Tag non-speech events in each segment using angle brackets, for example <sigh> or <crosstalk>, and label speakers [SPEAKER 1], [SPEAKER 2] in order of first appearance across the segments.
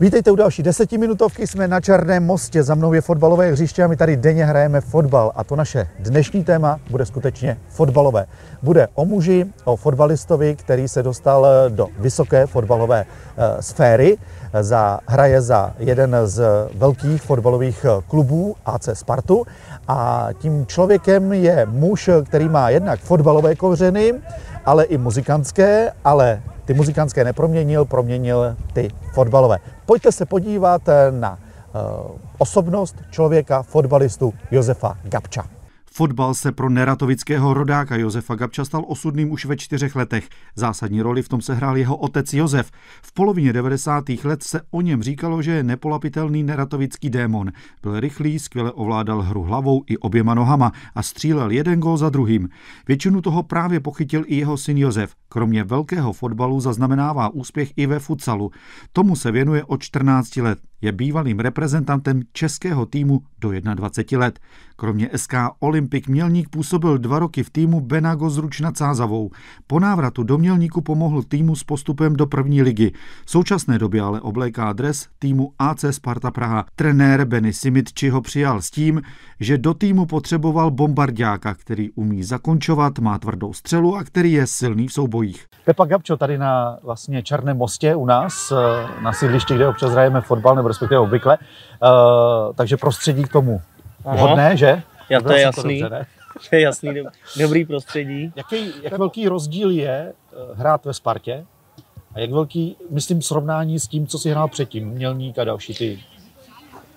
[SPEAKER 1] Vítejte u další desetiminutovky, jsme na Černém mostě, za mnou je fotbalové hřiště a my tady denně hrajeme fotbal a to naše dnešní téma bude skutečně fotbalové. Bude o muži, o fotbalistovi, který se dostal eh, do vysoké fotbalové eh, sféry, za, hraje za jeden z velkých fotbalových eh, klubů AC Spartu a tím člověkem je muž, který má jednak fotbalové kořeny, ale i muzikantské, ale ty muzikantské neproměnil, proměnil ty fotbalové. Pojďte se podívat na eh, osobnost člověka, fotbalistu Josefa Gabča.
[SPEAKER 2] Fotbal se pro neratovického rodáka Josefa Gabča stal osudným už ve čtyřech letech. Zásadní roli v tom se hrál jeho otec Josef. V polovině 90. let se o něm říkalo, že je nepolapitelný neratovický démon. Byl rychlý, skvěle ovládal hru hlavou i oběma nohama a střílel jeden gol za druhým. Většinu toho právě pochytil i jeho syn Josef. Kromě velkého fotbalu zaznamenává úspěch i ve futsalu. Tomu se věnuje od 14 let je bývalým reprezentantem českého týmu do 21 let. Kromě SK Olympik Mělník působil dva roky v týmu Benago Zruč nad Sázavou. Po návratu do Mělníku pomohl týmu s postupem do první ligy. V současné době ale obléká dres týmu AC Sparta Praha. Trenér Benny Simitči ho přijal s tím, že do týmu potřeboval bombardáka, který umí zakončovat, má tvrdou střelu a který je silný v soubojích.
[SPEAKER 1] Pepa Gabčo tady na vlastně Černém mostě u nás, eh, na sídlišti, kde občas hrajeme fotbal, nebo respektive obvykle, Eh, takže prostředí k tomu
[SPEAKER 3] Ano.
[SPEAKER 1] vhodné, že?
[SPEAKER 3] Já, to je
[SPEAKER 1] Zase
[SPEAKER 3] jasný.
[SPEAKER 1] ne?
[SPEAKER 3] To je jasný, dob- dobrý prostředí.
[SPEAKER 1] Jaký, jak velký rozdíl je eh, hrát ve Spartě a jak velký, myslím, srovnání s tím, co si hrál předtím, Mělník a další ty.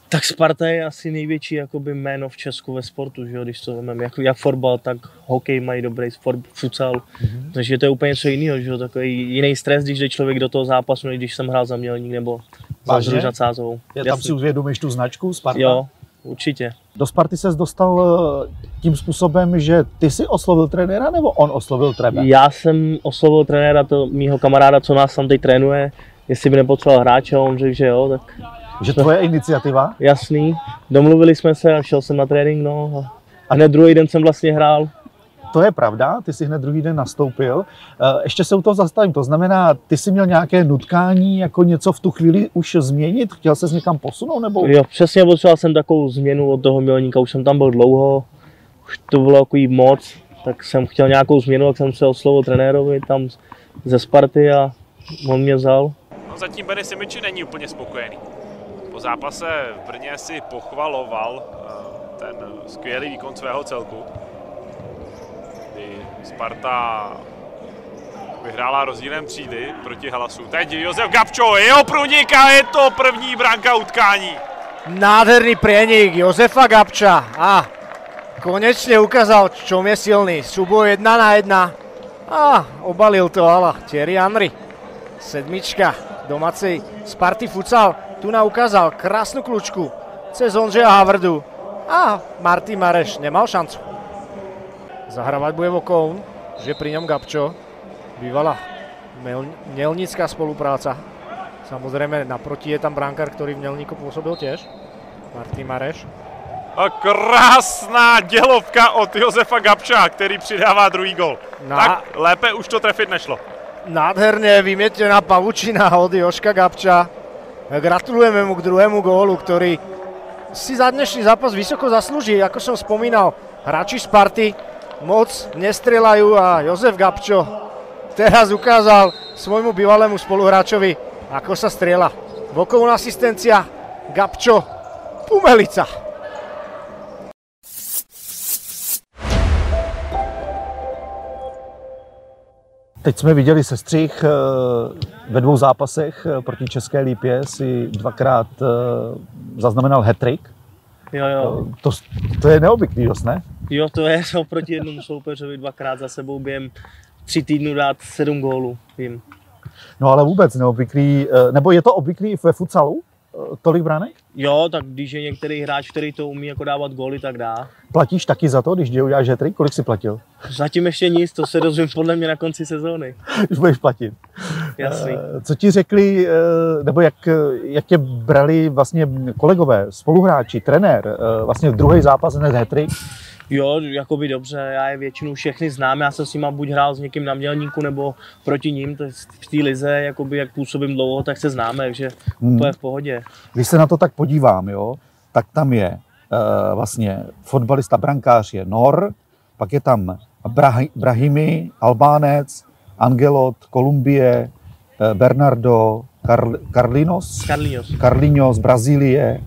[SPEAKER 3] Tak Sparta je asi největší jakoby, jméno v Česku ve sportu, že jo? když to vezmeme. Jak, jak fotbal, tak hokej mají dobrý sport, futsal.
[SPEAKER 1] Mhm.
[SPEAKER 3] Mm-hmm. Takže to je úplně něco jiného, že jo? takový jiný stres, když jde člověk do toho zápasu, než když jsem hrál za Mělník nebo za
[SPEAKER 1] Vážně?
[SPEAKER 3] Zruža Cázovou.
[SPEAKER 1] Je, tam
[SPEAKER 3] Jasně.
[SPEAKER 1] si uvědomíš tu značku Sparta?
[SPEAKER 3] Jo, určitě.
[SPEAKER 1] Do Sparty se dostal eh, tím způsobem, že ty si oslovil trenéra, nebo on oslovil tebe?
[SPEAKER 3] Já jsem oslovil trenéra, to mýho kamaráda, co nás tam teď trénuje, jestli by nepotřeboval hráče, a on řekl, že jo, tak
[SPEAKER 1] Že tvoje iniciativa?
[SPEAKER 3] jasný. Domluvili jsme se a šel jsem na trénink, no. a- A hned druhý den jsem vlastně hrál
[SPEAKER 1] To je pravda, ty jsi hned druhý den nastoupil. Eh, Ještě se u toho zastavím, to znamená, ty jsi měl nějaké nutkání, jako něco v tu chvíli už změnit? Chtěl ses někam posunout, nebo
[SPEAKER 3] Jo, přesně potřeboval jsem takovou změnu od toho milníka, už jsem tam byl dlouho, už to bylo takový moc, tak jsem chtěl nějakou změnu, tak jsem se oslovil trenérovi tam z- ze Sparty a on mě vzal.
[SPEAKER 4] No, zatím Benny Simiči není úplně spokojený. Po zápase v Brně si pochvaloval eh, ten skvělý výkon svého celku, kdy Sparta vyhrála rozdílem třídy proti Halasu. Teď Josef Gabčo, jeho průnik a je to první branka utkání.
[SPEAKER 5] Nádherný prienik Jozefa Gabča a konečne ukázal, v čom je silný. Súboj 1 na 1 a obalil to ala Thierry Henry. Sedmička domácej Sparty Futsal tu na ukázal krásnu kľúčku cez Ondřeja Havrdu a Marty Mareš nemal šancu. Zahrávať bude Vokoun, že pri ňom Gabčo, bývalá mel- Nelnická spolupráca. Samozrejme, naproti je tam brankár, ktorý v Nelníku pôsobil tiež. Martin Mareš.
[SPEAKER 4] A krásná dělovka od Josefa Gabča, který přidává druhý gol.
[SPEAKER 5] No.
[SPEAKER 4] Tak lépe už to trefit nešlo.
[SPEAKER 5] Nádherne vymietená pavučina od Joška Gabča. Gratulujeme mu k druhému gólu, ktorý si za dnešný zápas vysoko zaslúži. Ako som spomínal, hráči Sparty moc nestrelajú a Jozef Gabčo teraz ukázal svojmu bývalému spoluhráčovi, ako sa strieľa. Vokovná asistencia, Gabčo, Pumelica.
[SPEAKER 1] Teď jsme viděli sestřih eh, ve dvou zápasech eh, proti České lípě, si dvakrát eh, zaznamenal hetrik.
[SPEAKER 3] Jo, jo.
[SPEAKER 1] To, to je neobvyklý dost, ne?
[SPEAKER 3] jo, to je <laughs> to proti jednomu soupeřovi dvakrát za sebou během tři týdnů dát sedm gólů jim.
[SPEAKER 1] No ale vůbec neobvyklý, eh, nebo je to obvyklý ve futsalu? Eh, Tolik bránek?
[SPEAKER 3] Jo, tak když je některý hráč, který to umí jako dávat góly, tak dá.
[SPEAKER 1] Platíš taky za to, když děl- uděláš hetrik? Kolik si platil? <laughs>
[SPEAKER 3] Zatím ještě nic, to se dozvím podle mě na konci sezóny.
[SPEAKER 1] Už budeš platit.
[SPEAKER 3] Jasný.
[SPEAKER 1] Eh, Co ti řekli, eh, nebo jak, eh, jak tě brali vlastně kolegové, spoluhráči, trenér, eh, vlastně druhý zápas hned hetrik?
[SPEAKER 3] Jo, jakoby dobře, já je většinu všechny znám, já jsem s nima buď hrál s někým na mělníku nebo proti ním, to je v té lize, jakoby jak působím dlouho, tak se známe, takže
[SPEAKER 1] Hmm.
[SPEAKER 3] úplně v pohodě.
[SPEAKER 1] Když se na to tak podívám, jo, tak tam je uh, vlastně fotbalista, brankář je Nor, pak je tam Brahi, Brahimi, Albánec, Angelot, Kolumbie, eh, Bernardo, Karl, Carlinos,
[SPEAKER 3] Carlinhos,
[SPEAKER 1] Carlinhos, Brazílie,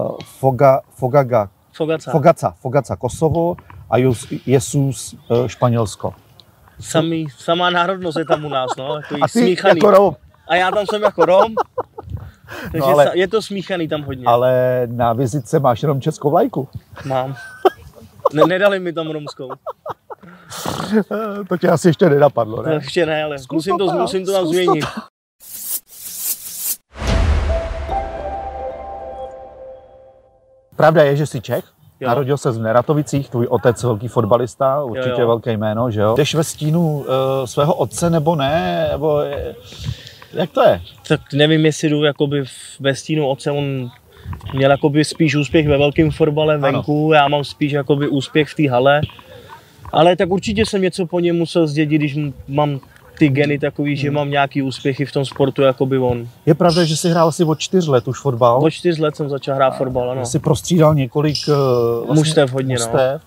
[SPEAKER 1] uh, Foga, Fogaga,
[SPEAKER 3] Fogaca,
[SPEAKER 1] Fogaca, Fogaca Kosovo a Jus- Jesus eh, Španělsko.
[SPEAKER 3] samý, samá národnost je tam u nás, no, takový
[SPEAKER 1] A ty
[SPEAKER 3] smíchaný.
[SPEAKER 1] jako Rob,
[SPEAKER 3] A já tam jsem jako Rom, takže no
[SPEAKER 1] ale-
[SPEAKER 3] ale... je to smíchaný tam hodně, ale...
[SPEAKER 1] ale na vizitce máš jenom českou vlajku.
[SPEAKER 3] mám. Ne, nedali mi tam romskou,
[SPEAKER 1] Eh, <laughs> to tě asi ještě nenapadlo,
[SPEAKER 3] to
[SPEAKER 1] ne?
[SPEAKER 3] ještě ne, ale
[SPEAKER 1] Zkus
[SPEAKER 3] musím
[SPEAKER 1] to
[SPEAKER 3] to,
[SPEAKER 1] tam,
[SPEAKER 3] musím to tam
[SPEAKER 1] zkus to
[SPEAKER 3] změnit.
[SPEAKER 1] Pravda je, že jsi Čech? Jo.
[SPEAKER 3] Jo.
[SPEAKER 1] Narodil se v Neratovicích, tvůj otec velký fotbalista, určitě jo, jo.
[SPEAKER 3] jo.
[SPEAKER 1] velké jméno, že jo? Jdeš ve stínu uh, svého otce nebo ne? Nebo, uh, jak to je?
[SPEAKER 3] tak nevím, jestli jdu jakoby v- ve stínu otce, on měl jakoby spíš úspěch ve velkém fotbale venku, ano. já mám spíš jakoby úspěch v té hale, ale tak určitě jsem něco po něm musel zdědit, když m- mám ty geny takový, že mám nějaký úspěchy v tom sportu, jakoby on.
[SPEAKER 1] Je pravda, že jsi hrál asi od čtyř let už fotbal?
[SPEAKER 3] Po čtyř let jsem začal hrát fotbal, ano.
[SPEAKER 1] Jsi prostřídal několik eh, vlastně,
[SPEAKER 3] Mužstev hodně, no.
[SPEAKER 1] mužstev.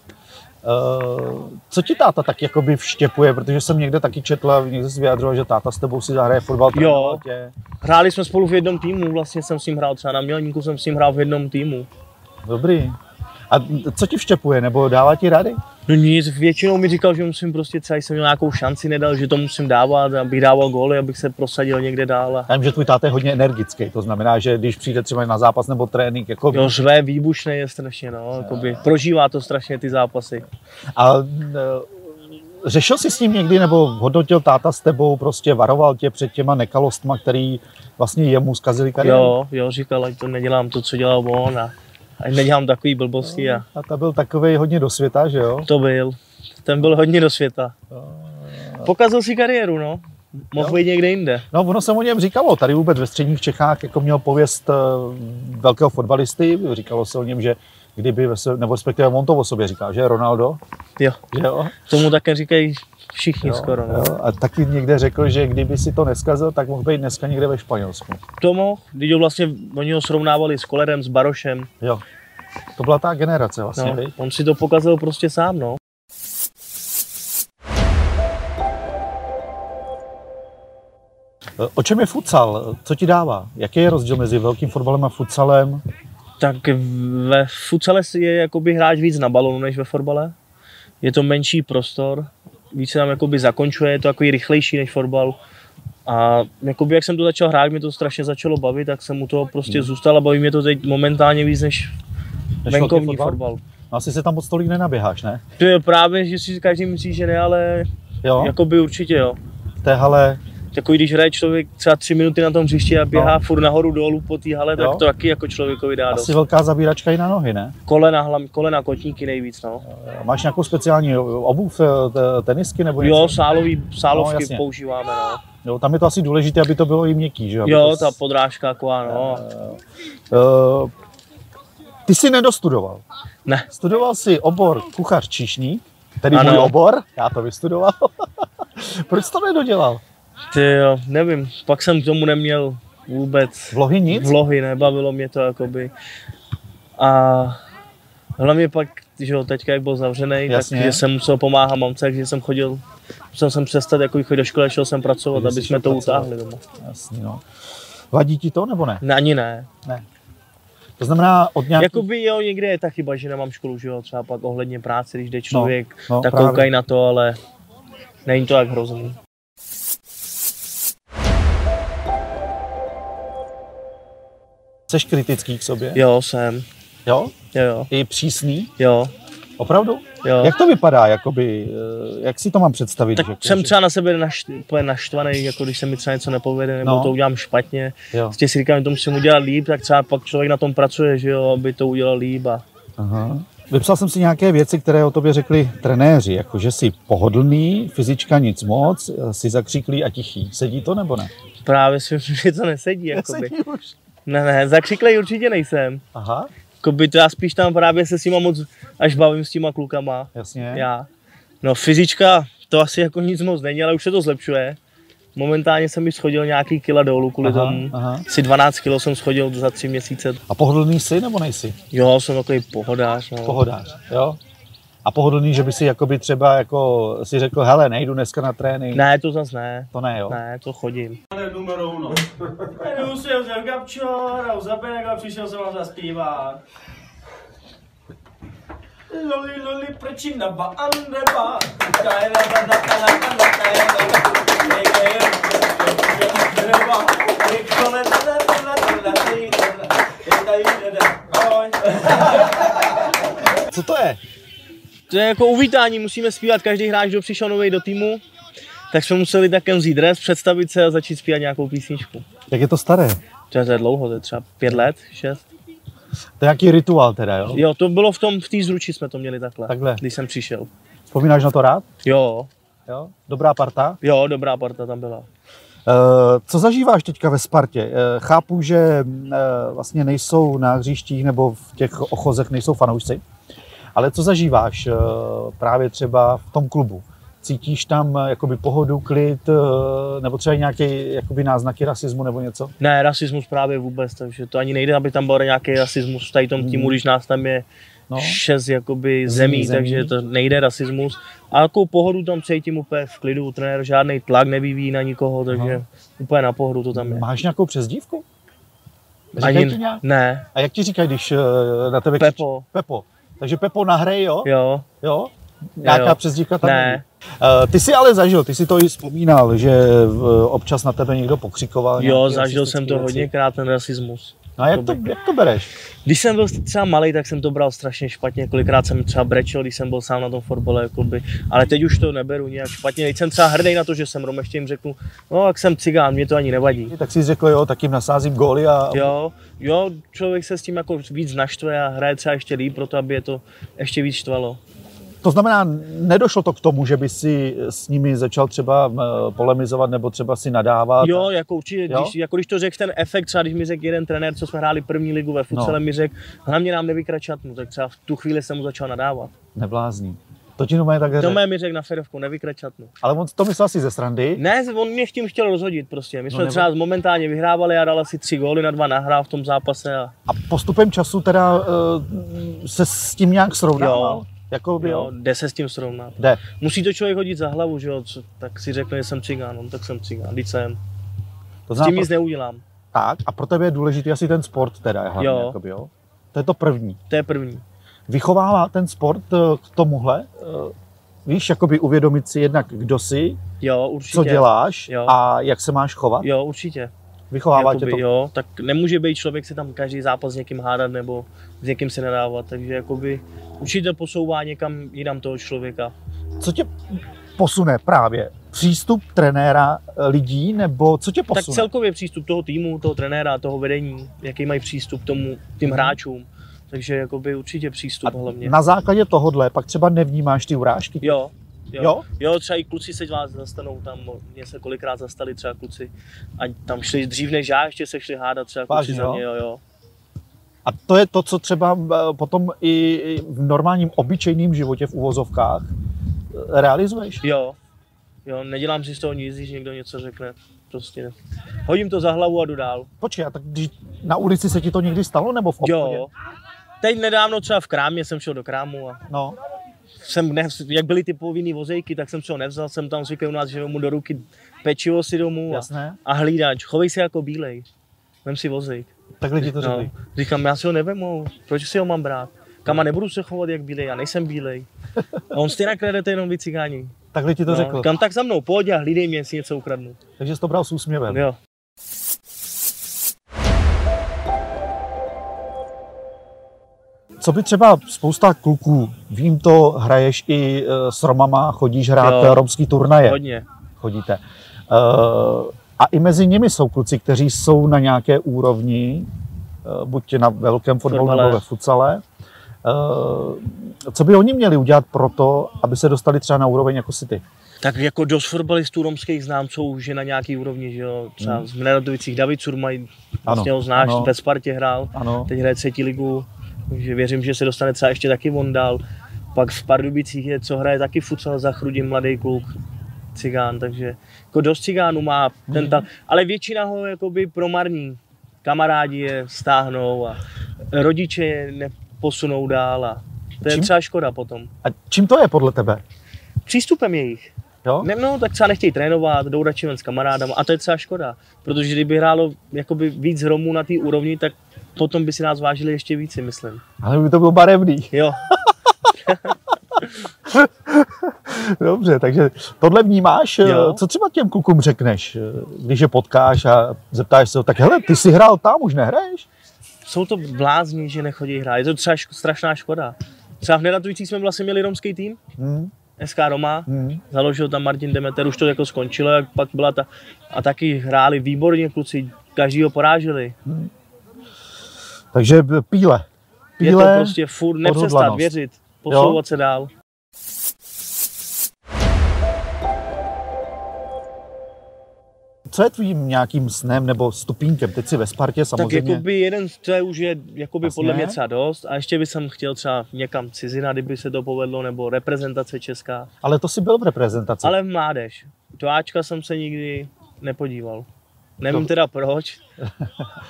[SPEAKER 1] Eh, co ti táta tak jakoby vštěpuje, protože jsem někde taky četl, někde jsi vyjadřoval, že táta s tebou si zahraje fotbal. trénoval Tě.
[SPEAKER 3] Hráli jsme spolu v jednom týmu, vlastně jsem s ním hrál třeba na Mělníku, jsem s ním hrál v jednom týmu.
[SPEAKER 1] Dobrý. A co ti vštěpuje, nebo dává ti rady?
[SPEAKER 3] No nic, většinou mi říkal, že musím prostě třeba, když jsem měl nějakou šanci nedal, že to musím dávat, abych dával góly, abych se prosadil někde dál. A...
[SPEAKER 1] Já vím, že tvůj táta je hodně energický, to znamená, že když přijde třeba na zápas nebo trénink, jako,
[SPEAKER 3] Jo, řve, výbušný je strašně, no, jakoby, prožívá to strašně ty zápasy.
[SPEAKER 1] a eh, řešil jsi s ním někdy, nebo hodnotil táta s tebou, prostě varoval tě před těma nekalostma, který vlastně jemu zkazili kariéru?
[SPEAKER 3] Jo, jo, říkal, ať to nedělám to, co dělal on a ať nedělám takový blbosti a
[SPEAKER 1] A ta byl takový hodně do světa, že jo?
[SPEAKER 3] to byl. Ten byl hodně do světa. Pokazil si kariéru, no. Mohl být někde jinde.
[SPEAKER 1] No, ono se o něm říkalo, tady vůbec ve středních Čechách jako měl pověst eh, velkého fotbalisty, říkalo se o něm, že kdyby, ve se- nebo respektive on to o sobě říká, že Ronaldo,
[SPEAKER 3] Jo,
[SPEAKER 1] že jo?
[SPEAKER 3] tomu také říkají všichni
[SPEAKER 1] jo,
[SPEAKER 3] skoro, no.
[SPEAKER 1] jo. A taky někde řekl, že kdyby si to neskazil, tak mohl být dneska někde ve Španělsku.
[SPEAKER 3] To mohl, když ho vlastně, oni ho srovnávali s Kolerem, s Barošem,
[SPEAKER 1] Jo. To byla ta generace vlastně,
[SPEAKER 3] no.
[SPEAKER 1] no.
[SPEAKER 3] On si to pokazil prostě sám, no.
[SPEAKER 1] O čem je futsal? Co ti dává? Jaký je rozdíl mezi velkým fotbalem a futsalem?
[SPEAKER 3] Tak ve futsale si je jakoby hráč víc na balonu než ve fotbale. Je to menší prostor, víc se tam jakoby zakončuje, je to takový rychlejší než fotbal. A jakoby jak jsem to začal hrát, mě to strašně začalo bavit, tak jsem u toho prostě zůstal a baví mě to teď momentálně víc než,
[SPEAKER 1] Než
[SPEAKER 3] venkovní
[SPEAKER 1] velký fotbal?
[SPEAKER 3] fotbal.
[SPEAKER 1] No, asi se tam moc tolik nenaběháš, ne?
[SPEAKER 3] To je právě, že si každý myslí, že ne, ale
[SPEAKER 1] Jo, jako...
[SPEAKER 3] jakoby určitě jo.
[SPEAKER 1] v té hale.
[SPEAKER 3] Takový, když hraje člověk třeba tři minuty na tom hřišti a běhá no. furt nahoru dolů po té hale,
[SPEAKER 1] Jo.
[SPEAKER 3] tak to taky jako člověkovi dá dost.
[SPEAKER 1] No. Asi velká zabíračka i na nohy, ne?
[SPEAKER 3] Kolena, hlam, kolena, kotníky nejvíc, no.
[SPEAKER 1] Máš nějakou speciální obuv, eh, te- tenisky nebo něco?
[SPEAKER 3] Jo, sálový,
[SPEAKER 1] No,
[SPEAKER 3] sálovky
[SPEAKER 1] jasně.
[SPEAKER 3] no, používáme, no.
[SPEAKER 1] jo. tam je to asi důležité, aby to bylo i měkký, že? Aby
[SPEAKER 3] Jo,
[SPEAKER 1] to s-
[SPEAKER 3] ta podrážka, taková, no.
[SPEAKER 1] Eh, ty jsi nedostudoval.
[SPEAKER 3] Ne,
[SPEAKER 1] Studoval jsi obor kuchař číšník, tedy
[SPEAKER 3] Ano.
[SPEAKER 1] můj obor, já to vystudoval. <laughs> Proč jsi to nedodělal?
[SPEAKER 3] ty jo, nevím, pak jsem k tomu neměl vůbec
[SPEAKER 1] Vlohy nic?
[SPEAKER 3] vlohy, nebavilo mě to, jakoby. A hlavně pak, že jo, teďka jak byl zavřený,
[SPEAKER 1] Jasně.
[SPEAKER 3] takže jsem musel pomáhat mamce, takže jsem chodil, musel jsem přestat jako chodit do školy, a šel jsem pracovat,
[SPEAKER 1] Takže
[SPEAKER 3] aby
[SPEAKER 1] jsi
[SPEAKER 3] jsme
[SPEAKER 1] šel
[SPEAKER 3] to
[SPEAKER 1] pracovat.
[SPEAKER 3] utáhli domů.
[SPEAKER 1] Jasný, no. Vadí ti to nebo ne?
[SPEAKER 3] Ne, ani ne.
[SPEAKER 1] To znamená od nějakých...
[SPEAKER 3] Jakoby jo, někde je ta chyba, že nemám školu, že jo, třeba pak ohledně práce, když jde člověk,
[SPEAKER 1] no,
[SPEAKER 3] tak
[SPEAKER 1] právě.
[SPEAKER 3] koukají na to, ale není to tak hrozný.
[SPEAKER 1] Seš kritický k sobě?
[SPEAKER 3] Jo, jsem.
[SPEAKER 1] Jo?
[SPEAKER 3] Jo, jo,
[SPEAKER 1] I přísný?
[SPEAKER 3] jo.
[SPEAKER 1] Opravdu?
[SPEAKER 3] jo.
[SPEAKER 1] Jak to vypadá, jakoby, eh, jak si to mám představit?
[SPEAKER 3] tak
[SPEAKER 1] že-
[SPEAKER 3] jsem
[SPEAKER 1] že-
[SPEAKER 3] třeba na sebe naš, úplně naštvaný, jako když se mi třeba něco nepovede, nebo
[SPEAKER 1] No.
[SPEAKER 3] no. to udělám špatně.
[SPEAKER 1] Jo.
[SPEAKER 3] Prostě si říkám, že to musím udělat líp, tak třeba pak člověk na tom pracuje, že jo, aby to udělal líp. A...
[SPEAKER 1] Aha. Vypsal jsem si nějaké věci, které o tobě řekli trenéři, jako že jsi pohodlný, fyzička nic moc, eh, jsi zakřiklý a tichý. Sedí to nebo ne?
[SPEAKER 3] <laughs> Právě si myslím, že to nesedí. Jakoby.
[SPEAKER 1] Nesedí už.
[SPEAKER 3] Ne, ne, zakřiklej určitě nejsem.
[SPEAKER 1] Aha.
[SPEAKER 3] Jakoby to já spíš tam právě se s nima moc až bavím s těma klukama.
[SPEAKER 1] Jasně.
[SPEAKER 3] Já. No fyzička, to asi jako nic moc není, ale už se to zlepšuje. Momentálně jsem mi schodil nějaký kila dolů kvůli
[SPEAKER 1] Aha,
[SPEAKER 3] aha, tomu.
[SPEAKER 1] aha.
[SPEAKER 3] Aha. Si 12 kilo jsem schodil za tři měsíce.
[SPEAKER 1] A pohodlný jsi nebo nejsi?
[SPEAKER 3] Jo, jsem takový pohodář. No.
[SPEAKER 1] Pohodář, jo? A pohodlný, že by si jakoby třeba jako si řekl, hele, nejdu dneska na trénink.
[SPEAKER 3] Ne, to zas ne.
[SPEAKER 1] To ne, jo?
[SPEAKER 3] Ne, to chodím.
[SPEAKER 6] Jdu si Josef Gabčor a u Zabega přišel jsem vám zaspívat. Loli, loli, prčí na ba andreba. Kajra, bada, kala, kala, kajra, bada. Kej, kej, kej, andreba. Kej, kole, dada, dada, dada, dej, dada. Dej, dej, dada. Ahoj.
[SPEAKER 1] Co to je?
[SPEAKER 3] To je jako uvítání, musíme zpívat. Každý hráč, kdo přišel nový do týmu, tak jsme museli takem vzít dres, představit se a začít zpívat nějakou písničku.
[SPEAKER 1] Jak je to staré?
[SPEAKER 3] To je, to je dlouho, to je třeba pět let, šest.
[SPEAKER 1] To je nějaký rituál teda, jo?
[SPEAKER 3] Jo, to bylo v tom, v té zruči jsme to měli takhle,
[SPEAKER 1] Takhle.
[SPEAKER 3] když jsem přišel.
[SPEAKER 1] Vzpomínáš na to rád?
[SPEAKER 3] Jo,
[SPEAKER 1] Jo? Dobrá parta.
[SPEAKER 3] jo, dobrá parta tam byla.
[SPEAKER 1] Eh, Co zažíváš teďka ve Spartě? Eh, Chápu, že mm, eh, vlastně nejsou na hřištích nebo v těch ochozech nejsou fanoušci, ale co zažíváš eh, právě třeba v tom klubu? Cítíš tam eh, jakoby pohodu, klid, eh, nebo třeba nějaké jakoby náznaky rasismu nebo něco?
[SPEAKER 3] Ne, rasismus právě vůbec, takže to ani nejde, aby tam byl nějaký rasismus v tady tom týmu, když nás tam je
[SPEAKER 1] Hmm. No.
[SPEAKER 3] no. šest jakoby
[SPEAKER 1] Zemí,
[SPEAKER 3] zemí, zemí,
[SPEAKER 1] zemí.
[SPEAKER 3] takže to nejde rasismus. A jako pohodu tam cítím úplně v klidu, trenér žádný tlak nevyvíjí na nikoho, takže
[SPEAKER 1] Aha.
[SPEAKER 3] úplně na pohodu to tam je.
[SPEAKER 1] Máš nějakou přezdívku? Říkají ti
[SPEAKER 3] Ani,
[SPEAKER 1] nějak?
[SPEAKER 3] ne,
[SPEAKER 1] A jak ti říkají, když eh, na tebe křičí?
[SPEAKER 3] Pepo,
[SPEAKER 1] Pepo. Takže Pepo nahraj, jo?
[SPEAKER 3] jo,
[SPEAKER 1] Jo? Nějaká
[SPEAKER 3] Jo.
[SPEAKER 1] přezdívka tam
[SPEAKER 3] Ne.
[SPEAKER 1] není. Eh, Ty jsi ale zažil, ty si to i vzpomínal, že eh, občas na tebe někdo pokřikoval.
[SPEAKER 3] jo,
[SPEAKER 1] nějaký
[SPEAKER 3] zažil
[SPEAKER 1] rasistický
[SPEAKER 3] jsem to
[SPEAKER 1] věci.
[SPEAKER 3] hodněkrát, ten rasismus.
[SPEAKER 1] No a jak to, jak to bereš?
[SPEAKER 3] Když jsem byl třeba malý, tak jsem to bral strašně špatně. Kolikrát jsem třeba brečel, když jsem byl sám na tom fotbale, jakoby. ale teď už to neberu nějak špatně. Teď jsem třeba hrdý na to, že jsem Rom, ještě jim řeknu, no, jak jsem cigán, mě to ani nevadí.
[SPEAKER 1] Tak jsi řekl, jo, tak jim nasázím góly a
[SPEAKER 3] Jo, jo, člověk se s tím jako víc naštve a hraje třeba ještě líp, proto aby je to ještě víc štvalo.
[SPEAKER 1] To znamená, nedošlo to k tomu, že by si s nimi začal třeba eh, polemizovat nebo třeba si nadávat.
[SPEAKER 3] Jo, jako určitě,
[SPEAKER 1] Jo?
[SPEAKER 3] když, jako když to řekl ten efekt, třeba když mi řekl jeden trenér, co jsme hráli první ligu ve futsale,
[SPEAKER 1] No.
[SPEAKER 3] no. mi řekl, hlavně nám nevykračatnu, tak třeba v tu chvíli jsem mu začal nadávat.
[SPEAKER 1] Neblázní. To ti normálně tak
[SPEAKER 3] To
[SPEAKER 1] řekl.
[SPEAKER 3] mé mi řekl na ferovku, nevykračatnu.
[SPEAKER 1] Ale on to myslel asi ze srandy.
[SPEAKER 3] Ne, on mě tím chtěl rozhodit prostě. My jsme
[SPEAKER 1] nebo-
[SPEAKER 3] no, třeba momentálně vyhrávali a dal asi tři góly na dva nahrál v tom zápase a
[SPEAKER 1] A postupem času teda eh, se s tím nějak srovnával.
[SPEAKER 3] Jo.
[SPEAKER 1] Jako by,
[SPEAKER 3] jo,
[SPEAKER 1] jo.
[SPEAKER 3] no, jde se s tím srovnat.
[SPEAKER 1] Jde.
[SPEAKER 3] Musí to člověk hodit za hlavu, že jo, co, tak si řekne, že jsem cigán, no, tak jsem cigán, když jsem.
[SPEAKER 1] To
[SPEAKER 3] S
[SPEAKER 1] znamená,
[SPEAKER 3] tím nic neudělám,
[SPEAKER 1] Tak a pro tebe je důležitý asi ten sport teda je hlavně, jo.
[SPEAKER 3] Jo.
[SPEAKER 1] Jakoby, jo? To je to první.
[SPEAKER 3] to je první.
[SPEAKER 1] Vychovává ten sport eh, k tomuhle? eh, Víš, jakoby uvědomit si jednak, kdo jsi,
[SPEAKER 3] Jo, určitě.
[SPEAKER 1] co děláš
[SPEAKER 3] Jo.
[SPEAKER 1] a jak se máš chovat?
[SPEAKER 3] Jo, určitě.
[SPEAKER 1] Vychovává tě to?
[SPEAKER 3] jo, tak nemůže být člověk si tam každý zápas s někým hádat nebo s někým se nadávat, takže jakoby určitě posouvá někam jinam toho člověka.
[SPEAKER 1] Co tě posune právě? Přístup trenéra eh, lidí nebo co tě
[SPEAKER 3] Tak
[SPEAKER 1] posune?
[SPEAKER 3] celkově přístup toho týmu, toho trenéra, toho vedení, jaký mají přístup k tomu, k těm hráčům. Takže jakoby určitě přístup
[SPEAKER 1] Mhm. A
[SPEAKER 3] hlavně.
[SPEAKER 1] Na základě tohohle pak třeba nevnímáš ty urážky?
[SPEAKER 3] Jo,
[SPEAKER 1] Jo?
[SPEAKER 3] jo. Jo? jo, třeba i kluci se vás zastanou tam, mě se kolikrát zastali třeba kluci a tam šli dřív než já, ještě se šli hádat třeba kluci
[SPEAKER 1] Vážně, jo?
[SPEAKER 3] za mě, jo, jo.
[SPEAKER 1] A to je to, co třeba eh, potom i i v normálním obyčejném životě v uvozovkách eh, realizuješ?
[SPEAKER 3] Jo, jo, nedělám si z toho nic, když někdo něco řekne, prostě ne. Hodím to za hlavu a jdu dál.
[SPEAKER 1] Počkej, a tak když na ulici se ti to někdy stalo, nebo v obchodě?
[SPEAKER 3] Jo. Teď nedávno třeba v krámě jsem šel do krámu a
[SPEAKER 1] No,
[SPEAKER 3] jsem ne, jak byly ty povinné vozejky, tak jsem si ho nevzal, jsem tam zvyklý u nás, že mu do ruky pečivo si domů a,
[SPEAKER 1] jasné.
[SPEAKER 3] a hlídač, chovej se jako bílej, vem si vozejk.
[SPEAKER 1] Tak lidi to řekli.
[SPEAKER 3] No, říkám, já si ho nevemu, proč si ho mám brát? Kama, nebudu se chovat jak bílej, já nejsem bílej. A on stejně kradete jenom vy cigáni.
[SPEAKER 1] Takhle ti to
[SPEAKER 3] No,
[SPEAKER 1] řekl.
[SPEAKER 3] Kam tak za mnou, pojď a hlídej mě, jestli něco ukradnu.
[SPEAKER 1] Takže jsi to bral s úsměvem.
[SPEAKER 3] Jo.
[SPEAKER 1] Co by třeba spousta kluků, vím to, hraješ i eh, s Romama, chodíš hrát
[SPEAKER 3] Jo.
[SPEAKER 1] jo. romský turnaje,
[SPEAKER 3] Hodně.
[SPEAKER 1] chodíte. Eh, A i mezi nimi jsou kluci, kteří jsou na nějaké úrovni, eh, buď na velkém fotbalu
[SPEAKER 3] Fotbale.
[SPEAKER 1] nebo ve futsale. Eh, Co by oni měli udělat pro to, aby se dostali třeba na úroveň jako si ty?
[SPEAKER 3] Tak jako dost fotbalistů romských znám, co už je na nějaký úrovni, že jo. Třeba v Mladovicích David Surmaj, vlastně
[SPEAKER 1] Hmm. Ano,
[SPEAKER 3] ho znáš,
[SPEAKER 1] ano.
[SPEAKER 3] ve Spartě hrál,
[SPEAKER 1] Ano.
[SPEAKER 3] teď hraje třetí ligu. Takže věřím, že se dostane třeba ještě taky on dál. Pak v Pardubicích je, co hraje taky futsal za chrudin mladý kluk, cigán, takže jako dost cigánů má ten ta, ale většina ho jakoby promarní. Kamarádi je stáhnou a rodiče je neposunou dál a to je
[SPEAKER 1] Čím?
[SPEAKER 3] třeba škoda potom.
[SPEAKER 1] A čím to je podle tebe?
[SPEAKER 3] Přístupem jejich.
[SPEAKER 1] Jo?
[SPEAKER 3] Ne, no, tak třeba nechtějí trénovat, jdou radši ven s kamarádama a to je třeba škoda, protože kdyby hrálo jakoby víc Romů na té úrovni, tak potom by si nás vážili ještě víc, si myslím.
[SPEAKER 1] Ale by to bylo barevný.
[SPEAKER 3] Jo,
[SPEAKER 1] Dobře, takže tohle vnímáš, eh,
[SPEAKER 3] Jo.
[SPEAKER 1] co třeba těm klukům řekneš, eh, když je potkáš a zeptáš se, ho, tak hele, ty jsi hrál tam, už nehraješ?
[SPEAKER 3] jsou to blázni, že nechodí hrát, je to třeba ško- strašná škoda. Třeba v Nedatujících jsme vlastně měli romský tým,
[SPEAKER 1] Hmm.
[SPEAKER 3] SK Roma,
[SPEAKER 1] Hmm.
[SPEAKER 3] založil tam Martin Demeter, už to jako skončilo, jak pak byla ta, a taky hráli výborně kluci, každýho poráželi.
[SPEAKER 1] Takže b- píle.
[SPEAKER 3] Je to
[SPEAKER 1] Píle,
[SPEAKER 3] prostě furt nepřestat
[SPEAKER 1] odhodlanost.
[SPEAKER 3] věřit, posouvat se dál.
[SPEAKER 1] co je tvým nějakým snem nebo stupínkem? Teď jsi ve Spartě
[SPEAKER 3] Tak jako
[SPEAKER 1] samozřejmě.
[SPEAKER 3] jakoby jeden, to je už je jakoby
[SPEAKER 1] Jasně.
[SPEAKER 3] podle mě třeba dost a ještě bych jsem chtěl třeba někam cizina, kdyby se to povedlo, nebo reprezentace česká,
[SPEAKER 1] Ale to jsi byl v reprezentaci.
[SPEAKER 3] ale v mládež. Do Ačka jsem se nikdy nepodíval. Nevím
[SPEAKER 1] To- <laughs>
[SPEAKER 3] teda proč,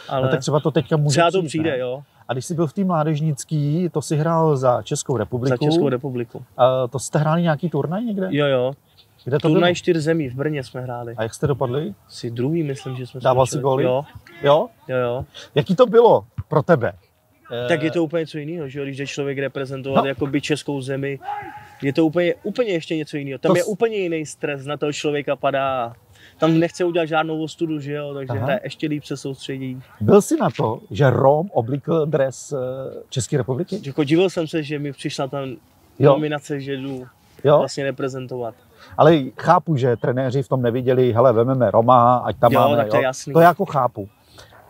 [SPEAKER 3] ale
[SPEAKER 1] No, tak třeba to teďka může
[SPEAKER 3] třeba to
[SPEAKER 1] přijít,
[SPEAKER 3] přijde,
[SPEAKER 1] ne?
[SPEAKER 3] jo,
[SPEAKER 1] A když jsi byl v té mládežnický, to si hrál za Českou
[SPEAKER 3] za
[SPEAKER 1] republiku.
[SPEAKER 3] Českou republiku.
[SPEAKER 1] a to jste hráli nějaký turnaj někde?
[SPEAKER 3] Jo, jo,
[SPEAKER 1] Kde to
[SPEAKER 3] turnaj
[SPEAKER 1] bylo?
[SPEAKER 3] čtyř zemí v Brně jsme hráli.
[SPEAKER 1] A jak jste dopadli?
[SPEAKER 3] Si druhý, myslím, že jsme
[SPEAKER 1] Dával
[SPEAKER 3] skončili.
[SPEAKER 1] si góly?
[SPEAKER 3] Jo,
[SPEAKER 1] Jo?
[SPEAKER 3] jo, jo.
[SPEAKER 1] Jaký to bylo pro tebe?
[SPEAKER 3] Tak je to úplně něco jiného, že jo, když jde člověk reprezentovat
[SPEAKER 1] Eh. No.
[SPEAKER 3] no. jakoby českou zemi, je to úplně, úplně ještě něco jiného. Tam
[SPEAKER 1] To
[SPEAKER 3] je
[SPEAKER 1] s-
[SPEAKER 3] úplně jiný stres, na toho člověka padá. Tam nechce udělat žádnou ostudu, že jo, takže
[SPEAKER 1] Aha.
[SPEAKER 3] hraje ještě líp se soustředí.
[SPEAKER 1] Byl jsi na to, že Rom oblikl dres eh, České republiky?
[SPEAKER 3] Jako divil jsem se, že mi přišla ta
[SPEAKER 1] Jo,
[SPEAKER 3] nominace, že jdu
[SPEAKER 1] jo,
[SPEAKER 3] vlastně reprezentovat.
[SPEAKER 1] ale chápu, že trenéři v tom neviděli, hele, vememe Roma, ať tam
[SPEAKER 3] Jo,
[SPEAKER 1] máme,
[SPEAKER 3] tak to je jasný.
[SPEAKER 1] to já jako chápu.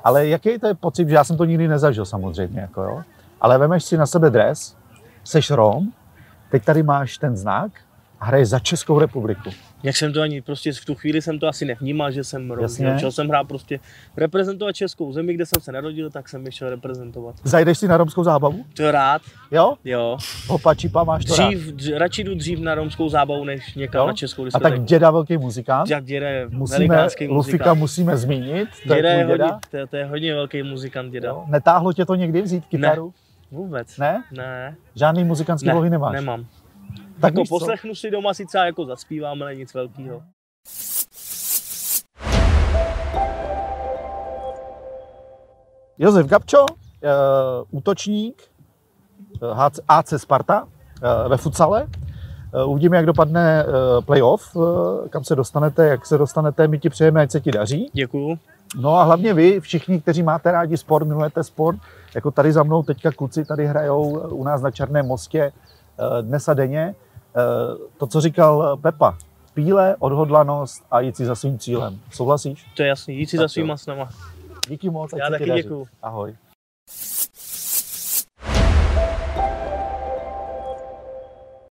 [SPEAKER 1] Ale jaký je to pocit, že já jsem to nikdy nezažil samozřejmě, jako jo. Ale vemeš si na sebe dres, seš Rom, teď tady máš ten znak a hraješ za Českou republiku.
[SPEAKER 3] Jak jsem to ani, prostě v tu chvíli jsem to asi nevnímal, že jsem
[SPEAKER 1] Jasně.
[SPEAKER 3] rozdíl. Šel jsem hrát prostě reprezentovat českou zemi, kde jsem se narodil, tak jsem je šel reprezentovat.
[SPEAKER 1] Zajdeš si na romskou zábavu?
[SPEAKER 3] To je rád,
[SPEAKER 1] Jo?
[SPEAKER 3] jo.
[SPEAKER 1] Hopa, čipa, máš to rád.
[SPEAKER 3] Dřív, dř, radši jdu dřív na romskou zábavu, než někam
[SPEAKER 1] Jo?
[SPEAKER 3] na českou
[SPEAKER 1] A
[SPEAKER 3] diskotéku.
[SPEAKER 1] tak děda velký muzikant.
[SPEAKER 3] Jak děda je
[SPEAKER 1] Musíme,
[SPEAKER 3] velikánský
[SPEAKER 1] Lufika
[SPEAKER 3] muzikant.
[SPEAKER 1] musíme zmínit. To je
[SPEAKER 3] Děda je
[SPEAKER 1] tvůj
[SPEAKER 3] hodně,
[SPEAKER 1] děda.
[SPEAKER 3] to, je- to je hodně velký muzikant děda.
[SPEAKER 1] Jo. Netáhlo tě to někdy vzít kytaru?
[SPEAKER 3] Vůbec.
[SPEAKER 1] Ne?
[SPEAKER 3] Ne,
[SPEAKER 1] Žádný muzikantský
[SPEAKER 3] ne,
[SPEAKER 1] vlohy nemáš?
[SPEAKER 3] nemám.
[SPEAKER 1] Tak
[SPEAKER 3] Jako
[SPEAKER 1] víš co?
[SPEAKER 3] poslechnu si doma sice a jako zacpívám, ale nic velkého.
[SPEAKER 1] Josef Gabčo, uh, útočník eh, HC, AC Sparta eh, ve futsale. Eh, Uvidíme, jak dopadne eh, playoff, eh, kam se dostanete, jak se dostanete, my ti přejeme, ať se ti daří.
[SPEAKER 3] Děkuju.
[SPEAKER 1] No a hlavně vy, všichni, kteří máte rádi sport, milujete sport, jako tady za mnou teďka kluci tady hrajou eh, u nás na Černém mostě eh, dnes a denně. Eh, To, co říkal Pepa, píle, odhodlanost a jít si za svým cílem. Souhlasíš?
[SPEAKER 3] To je jasný, jít si
[SPEAKER 1] Tak
[SPEAKER 3] za
[SPEAKER 1] jo.
[SPEAKER 3] svýma snama.
[SPEAKER 1] Díky moc. ať
[SPEAKER 3] Já
[SPEAKER 1] se ti
[SPEAKER 3] taky
[SPEAKER 1] daří.
[SPEAKER 3] děkuju.
[SPEAKER 1] Ahoj.